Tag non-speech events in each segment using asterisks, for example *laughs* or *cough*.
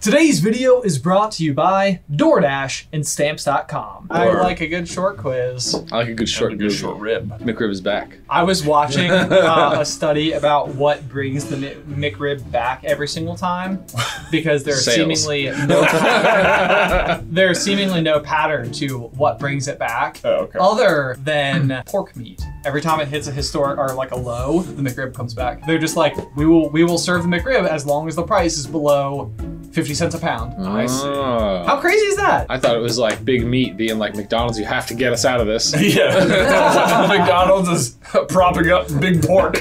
Today's video is brought to you by DoorDash and Stamps.com. I Word. like a good short quiz. I like a good short Short, good short *laughs* rib. McRib is back. I was watching uh, a study about what brings the Mi- McRib back every single *laughs* time because there's Sales. seemingly Oh, no there's seemingly no pattern to what brings it back. Oh, okay. Other than pork meat, every time it hits a historic or like a low, the McRib comes back. They're just like, we will we will serve the McRib as long as the price is below fifty cents a pound. I see. Ah. How crazy is that? I thought it was like big meat being like McDonald's. You have to get us out of this. *laughs* *laughs* Yeah. McDonald's is propping up big *laughs* pork.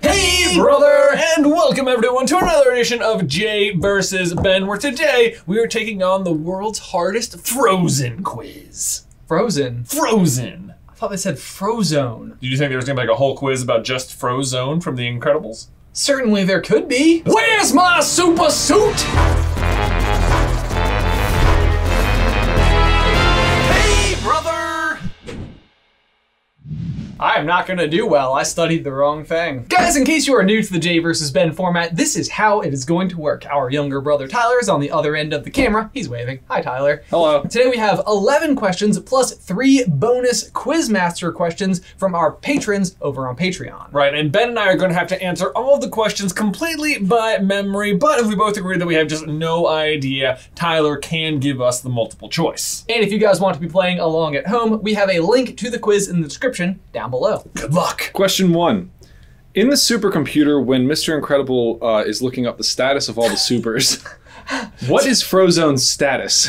hey, brother, and welcome everyone to another edition of Jay versus Ben, where today we are taking on the world's hardest frozen quiz. Frozen. Frozen. I thought they said Frozone. Did you think there was gonna be like a whole quiz about just Frozone from The Incredibles? Certainly there could be. Where's my super suit? Hey, brother! I am not going to do well. I studied the wrong thing. Guys, in case you are new to the J versus Ben format, this is how it is going to work. Our younger brother Tyler is on the other end of the camera. He's waving. Hi, Tyler. Hello. Today we have 11 questions plus three bonus Quizmaster questions from our patrons over on Patreon. Right, and Ben and I are going to have to answer all of the questions completely by memory, but if we both agree that we have just no idea, Tyler can give us the multiple choice. And if you guys want to be playing along at home, we have a link to the quiz in the description down below. Good luck. Question one. In the supercomputer, when Mr. Incredible uh, is looking up the status of all the supers, what is Frozone's status?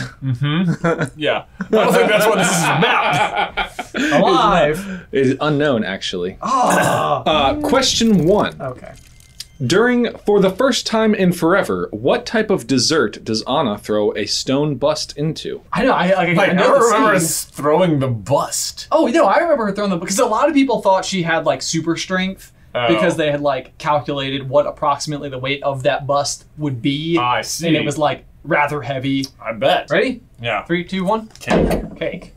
Yeah. I don't think that's what this is *laughs* about. Alive! It is unknown, actually. Ah. Uh, question one. Okay. During For the First Time in Forever, what type of dessert does Anna throw a stone bust into? I know. I, like, I, I know never the remember scene. us throwing the bust. Oh no, I remember her throwing the because a lot of people thought she had like super strength Oh. because they had like calculated what approximately the weight of that bust would be. I see. And it was like rather heavy. I bet. Ready? Yeah. Three, two, one. Cake. Cake.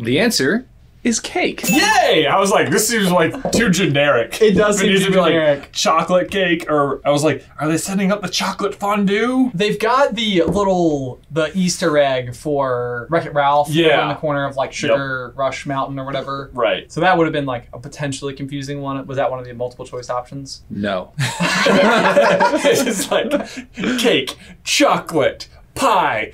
The answer is cake. Yay! I was like, this seems like too generic. It does If seem needs too to be generic. like chocolate cake, or I was like, are they setting up the chocolate fondue? They've got the little the Easter egg for Wreck It Ralph over Yeah. in the corner of like Sugar Rush Mountain or whatever. Right. So that would have been like a potentially confusing one. Was that one of the multiple choice options? No. *laughs* it's like cake, chocolate, pie,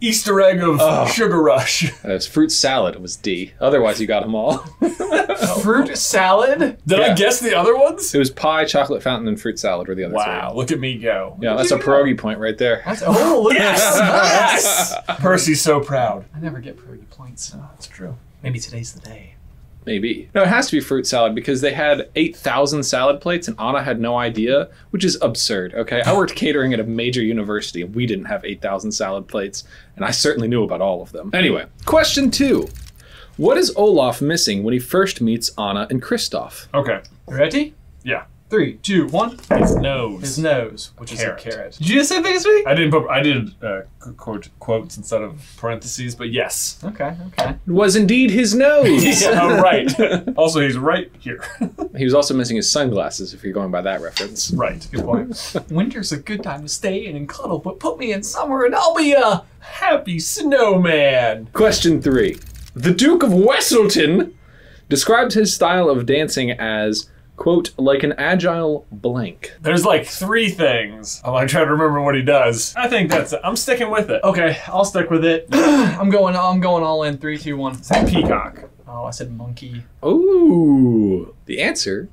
Easter egg of Sugar Rush. *laughs* It was Uh, fruit salad was D. Otherwise, you got them all. *laughs* Fruit salad. Did I Yeah. guess the other ones? it was pie, chocolate fountain, and fruit salad were the other Wow, look at me go. three. Yeah, that's a pierogi point right there. That's oh look at that. Yes! Percy's so proud. I never get priority points. That's true. Maybe today's the day. Maybe. No, it has to be fruit salad because they had 8,000 salad plates and Anna had no idea, which is absurd, okay? I worked catering at a major university and we didn't have 8,000 salad plates, and I certainly knew about all of them. Anyway, question two What is Olaf missing when he first meets Anna and Kristoff? Okay. Ready? Yeah. Three, two, one. His nose. His nose, which Carrot. is a carrot. Did you do the same thing as me? I didn't put. I did uh, qu- quote quotes instead of parentheses, but yes. Okay, okay. It was indeed his nose! *laughs* Yeah, right. Also, he's right here. *laughs* He was also missing his sunglasses, if you're going by that reference. right. Good point. Winter's a good time to stay in and cuddle, but put me in summer and I'll be a Happy snowman. Question three. The Duke of Wesselton describes his style of dancing as, quote, like an agile blank. There's like three things. I'm like trying to remember what he does. I think that's it. I'm sticking with it. Okay, I'll stick with it. I'm going I'm going all in. Three, two, one. *coughs* Peacock. Oh, I said monkey. Ooh. The answer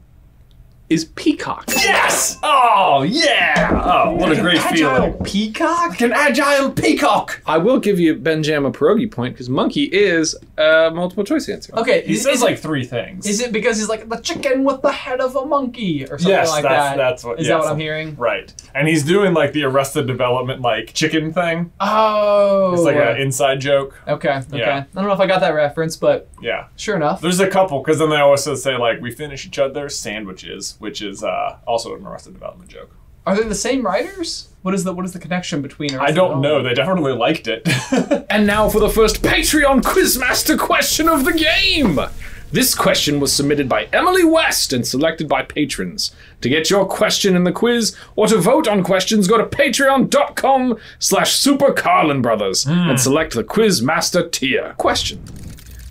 is peacock. Yes! Oh, yeah! Oh, what a great feeling. peacock? An agile peacock! I will give you Benjamin a pierogi point because monkey is a multiple choice answer. Okay, He is, says is like three things. it, is it because he's like the chicken with the head of a monkey or something yes, like that's, that? that's what. Is yeah, that what I'm something- hearing? Right. And he's doing like the Arrested Development like chicken thing. Oh. It's like an inside joke. okay, okay. Yeah. I don't know if I got that reference, but Yeah. sure enough. There's a couple, because then they also say like, we finish each other's sandwiches, which is uh, also an Arrested Development joke. Are they the same writers? What is the what is the connection between? I don't know. They definitely liked it. *laughs* And now for the first Patreon Quizmaster question of the game. This question was submitted by Emily West and selected by patrons. To get your question in the quiz or to vote on questions, go to patreon.com slash super Carlin Brothers and select the Quiz Master tier. Question.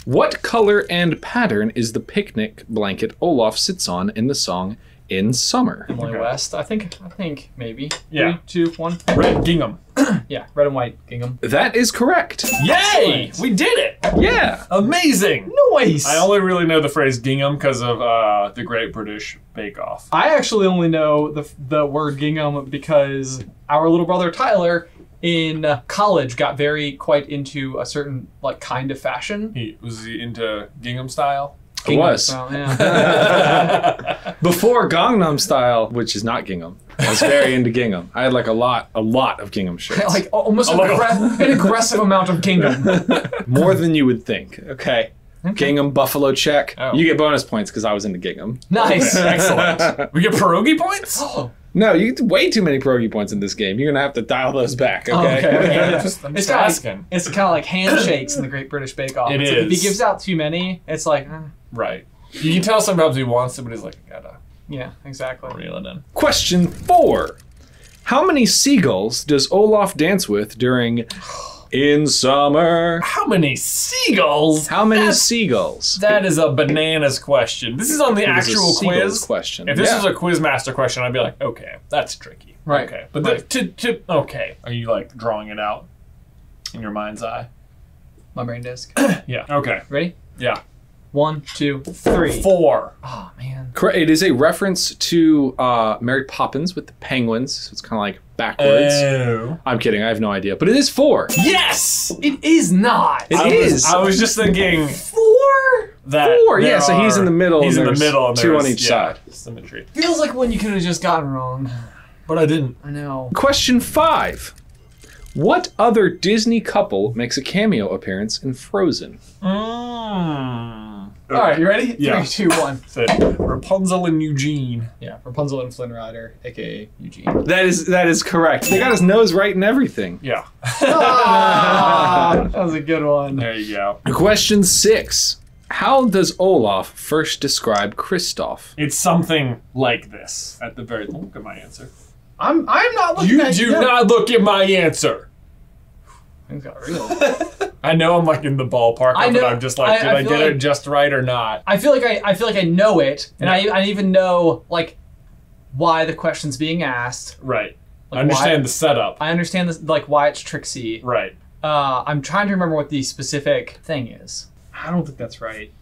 What color and pattern is the picnic blanket Olaf sits on in the song In Summer? Emily West. I think. I think maybe. Yeah. Three, two, one. Red gingham. Yeah. Red and white gingham. That is correct. Yay! We did it! Yeah. Amazing! Noise. I only really know the phrase gingham because of uh, the Great British Bake Off. I actually only know the the word gingham because our little brother Tyler in uh, college got very quite into a certain like kind of fashion. He was he into gingham *laughs* style. It was. style, *laughs* yeah. *laughs* Before Gangnam Style, which is not gingham. I was very into gingham. I had like a lot, a lot of gingham shirts. *laughs* like al- almost an, little. aggre- an aggressive amount of *laughs* gingham. More than you would think. Okay. Gingham Buffalo check. Oh. You get bonus points because I was into gingham. *laughs* Nice. Excellent. we get pierogi points. Oh, No, you get way too many pierogi points in this game. You're gonna have to dial those back. Okay. Oh, okay, okay. *laughs* I'm just- I'm it's just kind asking. Of, it's kind of like handshakes in the Great British Bake Off. It It's like if he is. gives out too many, it's like, eh, Right. You can tell sometimes he wants it, but he's like, I gotta yeah, exactly. reel it in. Question four. How many seagulls does Olaf dance with during In Summer? How many seagulls? How many That's- seagulls? That is a bananas question. This is on the It was a actual seagulls quiz. question. If this Yeah. was a quiz master question, I'd be like, okay, that's tricky. Right. Okay. But the, to, to, okay. Are you like drawing it out in your mind's eye? My brain *laughs* disk. Yeah. Okay. Ready? Yeah. One, two, three. Four. Oh man. Correct. It is a reference to uh, Mary Poppins with the penguins. So it's kind of like backwards. Uh. Oh. I'm kidding. I have no idea. But it is four. Yes! It is not. It I is. Was, I was just thinking four. that. Four, yeah, there so he's are- in the middle He's and in the there's middle. And two on there's- each yeah, side. Symmetry. Feels like one you could have just gotten wrong. But I didn't. I know. Question five. What other Disney couple makes a cameo appearance in Frozen? Mm. All right, you ready? Yeah. Three, two, one. So, Rapunzel and Eugene. Yeah, *laughs* Rapunzel and Flynn Rider, aka Eugene. That is that is correct. They got his nose right and everything. Yeah. *laughs* Ah, that was a good one. *laughs* There you go. Question six. How does Olaf first describe Kristoff? It's something like this. At the very look at my answer. I'm I'm not looking You at do not look at my answer. Things got real. I know I'm like in the ballpark, I of it. know- I'm just like, I- did I I, feel get like- it just right or not? *laughs* I feel like I, I feel like I know it, and I, I even know like why the question's being asked. Right. Like, I understand why- the setup. I understand this, like why it's Trixie. Right. Uh, I'm trying to remember what the specific thing is. I don't think that's right.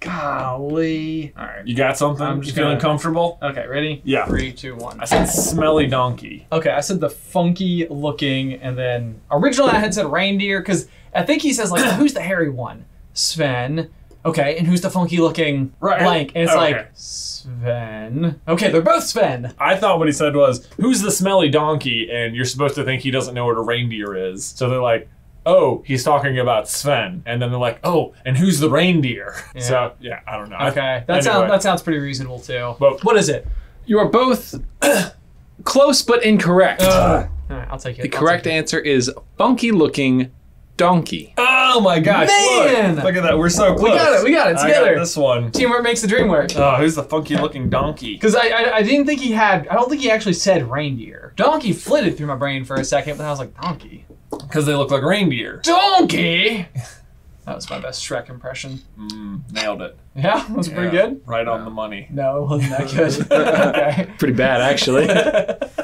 Golly. All right. You got something? I'm you just feeling gonna- comfortable? Okay. Ready? Yeah. Three, two, one. I said smelly donkey. Okay, I said the funky looking, and then originally I had said reindeer because I think he says *clears throat* like, who's the hairy one? Sven. Okay, and who's the funky looking Right. Oh, blank? And it's Okay. like Sven. Okay, they're both Sven. I thought what he said was, who's the smelly donkey? And you're supposed to think he doesn't know what a reindeer is. So they're like, oh, he's talking about Sven. And then they're like, oh, and who's the reindeer? Yeah. So, yeah, I don't know. I- Okay, that sounds anyway. that sounds pretty reasonable too. Well- what is it? You are both *clears throat* close but incorrect. Uh. Ugh. All right, I'll take it. the correct answer is funky looking donkey. Oh my gosh. Man! Look, look at that. We're so close. We got it. We got it I got together. this one. Teamwork makes the dream work. Uh, Oh, who's the funky looking donkey? Because I, I I didn't think he had. I don't think he actually said reindeer. Donkey flitted through my brain for a second, but then I was like, donkey. Because they look like reindeer. Donkey. *laughs* That was my best Shrek impression. Mm, nailed it. Yeah, that was pretty Yeah, good. Right on *laughs* the money. No, it wasn't that good. okay. Pretty bad, actually.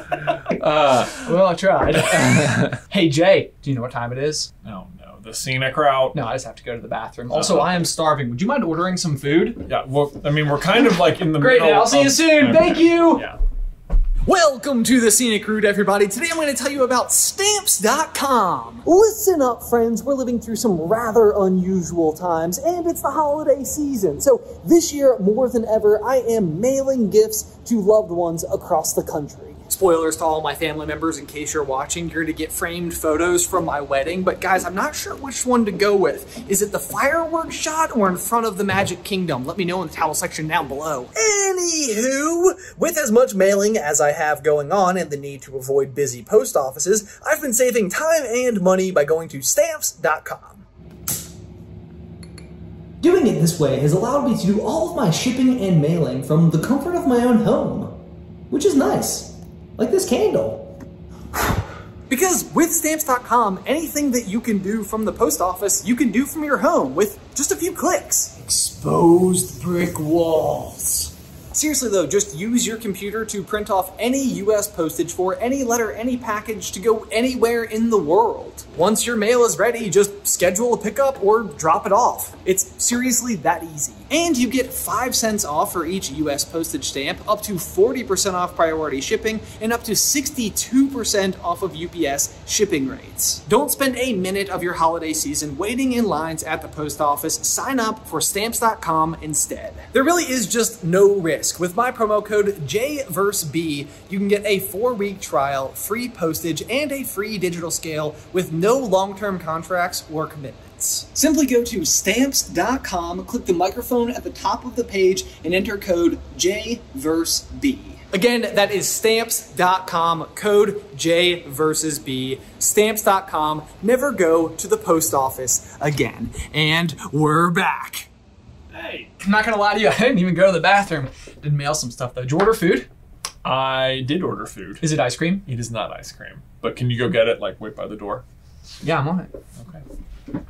*laughs* uh, Well, I tried. *laughs* hey, Jay, do you know what time it is? Oh no, the scenic route. No, I just have to go to the bathroom. Also, I am starving. Would you mind ordering some food? Yeah, well, I mean, we're kind of like in the Great, middle. I'll see you of- *laughs* soon. Thank you. Yeah. Welcome to the Scenic Route, everybody. Today I'm going to tell you about Stamps.com. Listen up, friends. We're living through some rather unusual times, and it's the holiday season. So this year, more than ever, I am mailing gifts to loved ones across the country. Spoilers to all my family members in case you're watching. You're going to get framed photos from my wedding, but guys, I'm not sure which one to go with. Is it the fireworks shot or in front of the Magic Kingdom? Let me know in the towel section down below. Anywho, with as much mailing as I have going on and the need to avoid busy post offices, I've been saving time and money by going to stamps.com. Doing it this way has allowed me to do all of my shipping and mailing from the comfort of my own home, which is nice. Like this candle. Because with stamps.com, anything that you can do from the post office, you can do from your home with just a few clicks. Exposed brick walls. Seriously though, just use your computer to print off any US postage for any letter, any package to go anywhere in the world. Once your mail is ready, just schedule a pickup or drop it off. It's seriously that easy. And you get 5 cents off for each US postage stamp, up to 40% off priority shipping, and up to 62% off of UPS shipping rates. Don't spend a minute of your holiday season waiting in lines at the post office. Sign up for stamps.com instead. There really is just no risk. With my promo code JVerseB, you can get a four week trial, free postage, and a free digital scale with no long term contracts or commitments. Simply go to stamps.com, click the microphone at the top of the page, and enter code JVerseB. Again, that is stamps.com, code J versus B, stamps.com. Never go to the post office again. And we're back. Hey, I'm not gonna lie to you, I didn't even go to the bathroom. Did mail some stuff though. Did you order food? I did order food. Is it ice cream? It is not ice cream, but can you go get it like wait by the door? Yeah, I'm on it. Okay.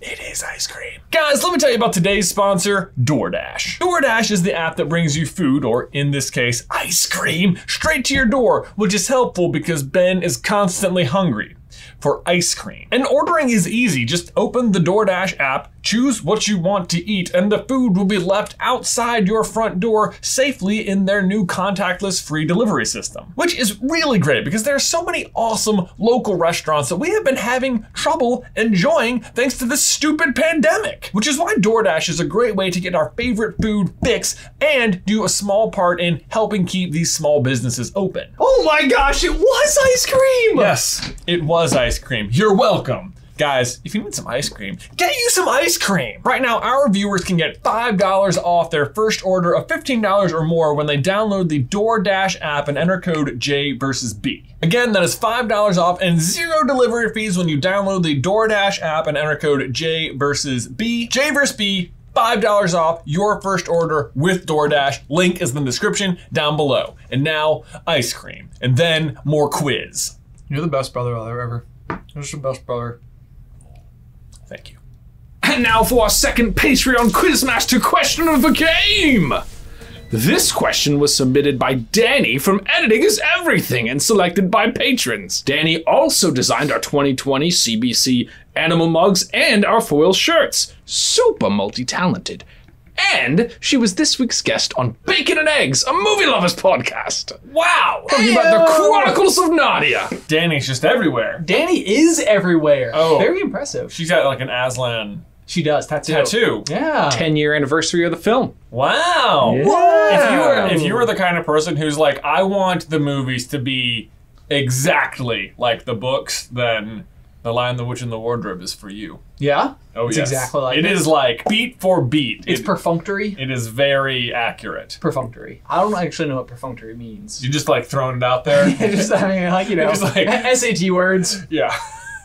It is ice cream. Guys, let me tell you about today's sponsor, DoorDash. DoorDash is the app that brings you food, or in this case, ice cream, straight to your door, which is helpful because Ben is constantly hungry for ice cream. And ordering is easy. Just open the DoorDash app, choose what you want to eat, and the food will be left outside your front door safely in their new contactless free delivery system. Which is really great because there are so many awesome local restaurants that we have been having trouble enjoying thanks to this stupid pandemic. Which is why DoorDash is a great way to get our favorite food fix and do a small part in helping keep these small businesses open. Oh my gosh, it was ice cream! Yes, it was ice cream. You're welcome. Guys, if you need some ice cream, get you some ice cream. Right now, our viewers can get $5 off their first order of $15 or more when they download the DoorDash app and enter code J versus B. Again, that is $5 off and zero delivery fees when you download the DoorDash app and enter code J versus B. J versus B, $5 off your first order with DoorDash. Link is in the description down below. And now, ice cream. And then more quiz. You're the best brother I'll ever. You're the best brother. Thank you. And now for our second Patreon Quizmaster question of the game! This question was submitted by Danny from Editing is Everything and selected by patrons. Danny also designed our 2020 CBC animal mugs and our foil shirts. Super multi talented. And she was this week's guest on Bacon and Eggs, a movie lovers podcast. Wow! Talking about the Chronicles of Narnia. Danny's just everywhere. Danny is everywhere. Oh. Very impressive. She, She's got like an Aslan she does, tattoo. tattoo. Oh. Yeah. 10 year anniversary of the film. Wow. If you were if you were the kind of person who's like, I want the movies to be exactly like the books, then The Lion, the Witch, and the Wardrobe is for you. Yeah? Oh It's yes. exactly like it it. is like beat for beat. It's It- perfunctory. it is very accurate. Perfunctory. I don't actually know what perfunctory means. *laughs* You just like throwing it out there. just, I mean, like, *laughs* you know, Just *laughs* like- SAT words. yeah.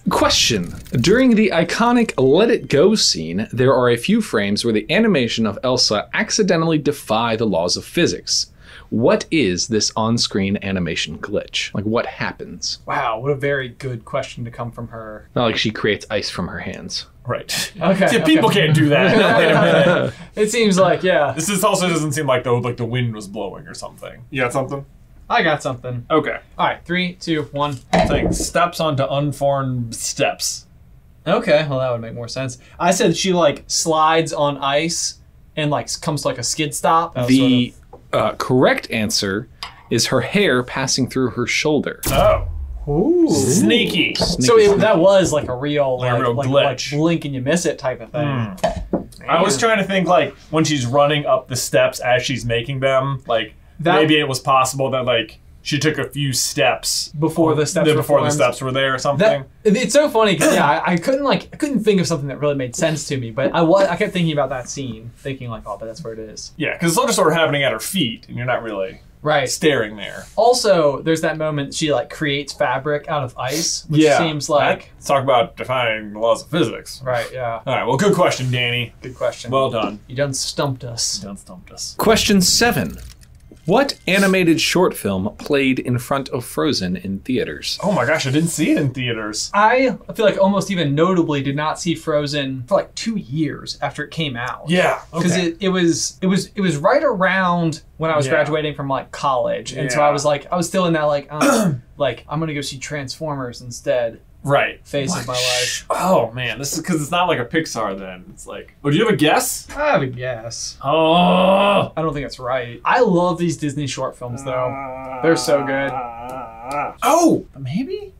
Question. During the iconic Let It Go scene, there are a few frames where the animation of Elsa accidentally defy the laws of physics. What is this on screen animation glitch? Like, what happens? Wow, what a very good question to come from her. Not like she creates ice from her hands. Right. *laughs* Okay, See, okay. people can't do *laughs* that. Wait a minute. It seems like, yeah, This is also doesn't seem like the like the wind was blowing or something. You got something? I got something. Okay. All right, three, two, one. Thing steps onto unformed steps. Okay, well that would make more sense. I said she like slides on ice and like comes to like a skid stop. the uh, correct answer is her hair passing through her shoulder. Oh. Ooh. Sneaky. So it, that was like a real like, Like a real like, like glitch. Hmm. blink and you miss it type of thing. I was trying to think like when she's running up the steps as she's making them, like That- maybe it was possible that like she took a few steps Before the steps were before the formed. steps were there or something. That, it's so funny because *clears throat* yeah, I, I couldn't like I couldn't think of something that really made sense to me, but I was I kept thinking about that scene, thinking like, oh, but that's where it is. yeah, because it's all just sort of happening at her feet, and you're not really Right. staring there. Also, there's that moment she like creates fabric out of ice, which seems like Let's talk about defining the laws of physics. right. Yeah. All right. Well, good question, Danny. Good question. Well done. you done stumped us. Done stumped us. Question seven. What animated short film played in front of Frozen in theaters? Oh my gosh, I didn't see it in theaters. I feel like almost even notably did not see Frozen for like two years after it came out. Yeah. because Okay. it, it was it was it was right around when I was Yeah. graduating from like college, and so Yeah. I was like I was still in that *clears throat* like um, like I'm gonna go see Transformers instead right. phase of my life. Oh man, this is because it's not like a Pixar. Then it's like, oh, do you have a guess? I have a guess. Oh, I don't think that's right. I love these Disney short films though; they're so good. Ah. Oh, Uh, maybe.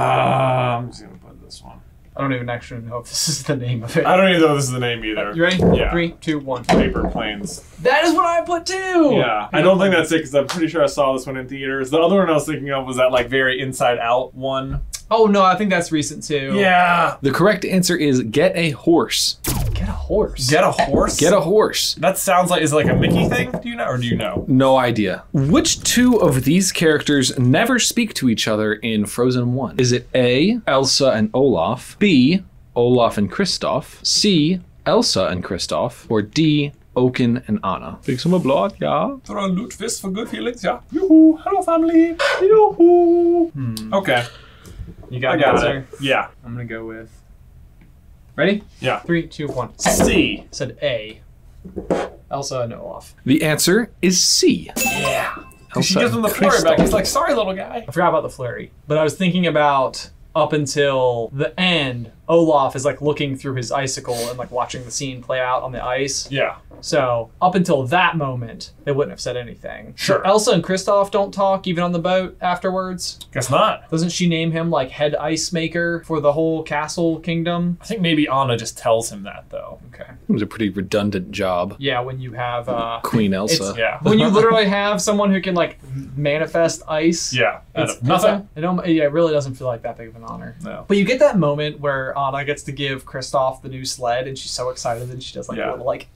I'm just gonna put this one. I don't even actually know if this is the name of it. I don't even know this is the name either. You ready? Yeah. Three, two, one. Paper planes. That is what I put too. Yeah, I don't think that's it because I'm pretty sure I saw this one in theaters. The other one I was thinking of was that like very Inside Out one. Oh no, I think that's recent too. Yeah, The correct answer is Get a Horse. Get a horse. get a horse. Get a Horse. That sounds like is it like a Mickey thing. Do you know or do you know? No idea. Which two of these characters never speak to each other in Frozen 1? Is it A, Elsa and Olaf, B, Olaf and Kristoff, C, Elsa and Kristoff, or D, Oaken and Anna? Big sum of blood, yeah. Throw a loot fist for good feelings. Yeah. Yoo-hoo. Hello, family. Yoo-hoo. Hmm. Okay, You I got, got an it. answer? Yeah. I'm gonna go with. Ready? Yeah. Three, two, one. C. said A. Elsa and Olaf. The answer is C. Yeah. She Elsa gives him and the flurry back. Kristoff. He's like, sorry, little guy. I forgot about the flurry, but I was thinking about up until the end, Olaf is like looking through his icicle and like watching the scene play out on the ice. Yeah. So up until that moment, they wouldn't have said anything. Sure. Elsa and Kristoff don't talk even on the boat afterwards. Guess not. Doesn't she name him like head ice maker for the whole castle kingdom? I think maybe Anna just tells him that though. Okay. It was a pretty redundant job. Yeah, when you have uh Queen it's, Elsa. Yeah. when you literally have someone who can like manifest ice. Yeah. out It's of nothing. It, don't, yeah, it really doesn't feel like that big of an honor. No. But you get that moment where Anna gets to give Kristoff the new sled, and she's so excited, and she does like Yeah. a little like,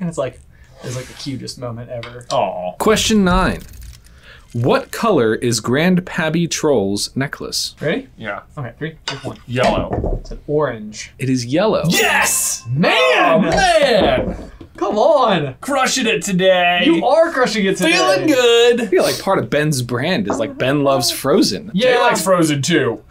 and it's like, it's like the cutest moment ever. Aw. Question 9. What color is Grand Pabby Troll's necklace? Ready? Yeah. Okay, three, two, one. Yellow. It's an orange. It is yellow. Yes! Oh, Man! man! Come on, Crushing it today. you are crushing it today. feeling good. I feel like part of Ben's brand is like Ben loves Frozen. Yeah, Jay likes Frozen too.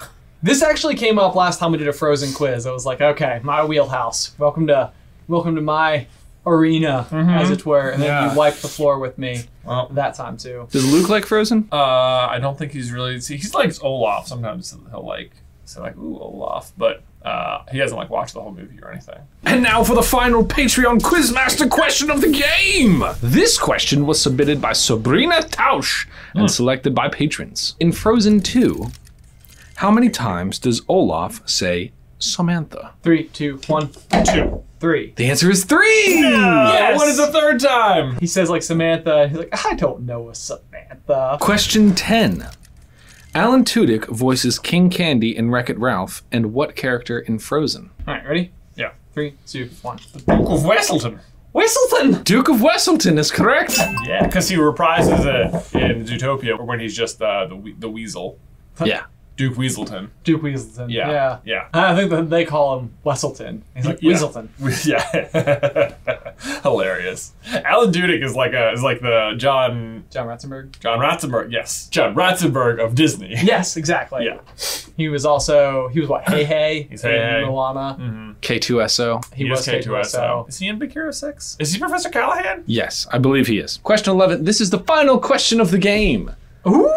this actually came up last time we did a Frozen quiz. I was like, okay, my wheelhouse. Welcome to, welcome to my arena, as it were. And then Mm-hmm. Yeah. you wiped the floor with me Well. that time too. Does Luke like Frozen? Uh, I don't think he's really. See, he's like Olaf. Sometimes he'll like say like, "Ooh, Olaf," but uh, he hasn't like watched the whole movie or anything. And now for the final Patreon Quizmaster question of the game! This question was submitted by Sabrina Tausch and selected by patrons. In Frozen 2, how many times does Olaf say Samantha? Three, two, one, Two. three. The answer is three! Uh, What is the third time? He says like Samantha. and He's like, I don't know a Samantha. Question 10. Alan Tudyk voices King Candy in Wreck It Ralph, and what character in Frozen? All right, ready? Yeah. Three, two, one. Duke of Wesselton. Whistleton. Duke of Wesselton is correct! Yeah, because he reprises it in Zootopia when he's just uh, the we- the weasel, yeah. Duke Weaselton. Duke Weaselton. Yeah. Yeah. Yeah. I think that they call him Wesselton. He's like Yeah. Weaselton. *laughs* Yeah, *laughs* hilarious. Alan Tudyk is like a is like the John John Ratzenberg. John Ratzenberg. Yes, John Ratzenberg of *laughs* Disney. Yes, exactly. Yeah. He was also he was what Hey Hey. He's Hey in Hey. Mm-hmm. Moana. K2SO. He, was K2SO. Is he in Big Hero Six? Is he Professor Callahan? Yes, I believe he is. Question 11. This is the final question of the game. Ooh.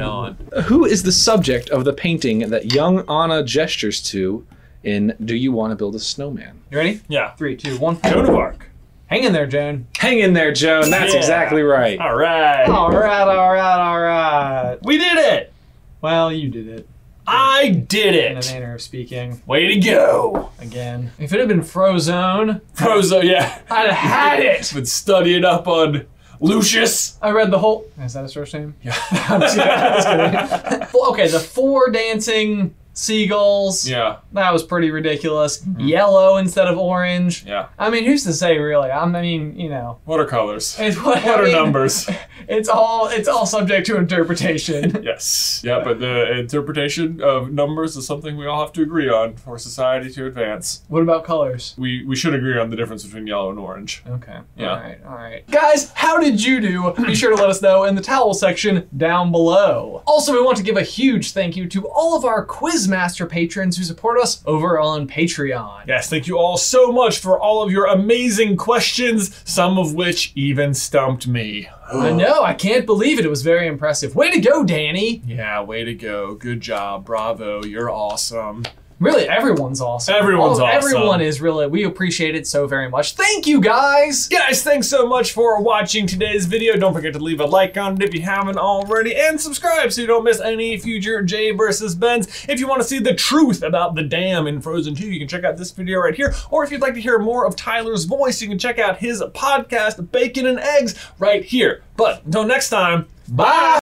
on. Who is the subject of the painting that young Anna gestures to in Do You Want to Build a Snowman? You ready? Yeah. Three, two, one. Joan of Arc. Hang in there, Joan. Hang in there, Joan. That's Yeah. exactly right. All right. All right, all right, all right. We did it. Well, you did it. I did In a it. manner of speaking, Way to go. again. If it had been Frozone, Prozo. Yeah. I'd have had it. Been studying up on Lucius. I read the whole. Is that his first name? Yeah. I'm just kidding. Well, okay, the four dancing *laughs* seagulls. Yeah. Mm-hmm. That was pretty ridiculous. Yellow instead of orange. Yeah. I mean, who's to say really? I mean, you know, *laughs* Watercolors. it's what, I Water mean, *laughs* numbers. It's all it's all subject *laughs* to interpretation. Yes. Yeah, but the interpretation of numbers is something we all have to agree on for society to advance. what about colors? We we should agree on the difference between yellow and orange. Okay. Yeah. All right. All right. Guys, how did you do? *clears throat* Be sure to let us know in the towel section down below. Also, we want to give a huge thank you to all of our Quizmaster patrons who support us over on Patreon. Yes, thank you all so much for all of your amazing questions, some of which even stumped me. I know, I can't believe it. It was very impressive. Way to go, Danny. Yeah, way to go. Good job. Bravo. You're awesome. Really, everyone's awesome. Everyone's All- awesome. Everyone is really. We appreciate it so very much. Thank you, guys. Guys, thanks so much for watching today's video. Don't forget to leave a like on it if you haven't already, and subscribe so you don't miss any future Jay versus Benz. If you want to see the truth about the dam in Frozen 2, you can check out this video right here. Or if you'd like to hear more of Tyler's voice, you can check out his podcast, Bacon and Eggs, right here. But until next time, bye!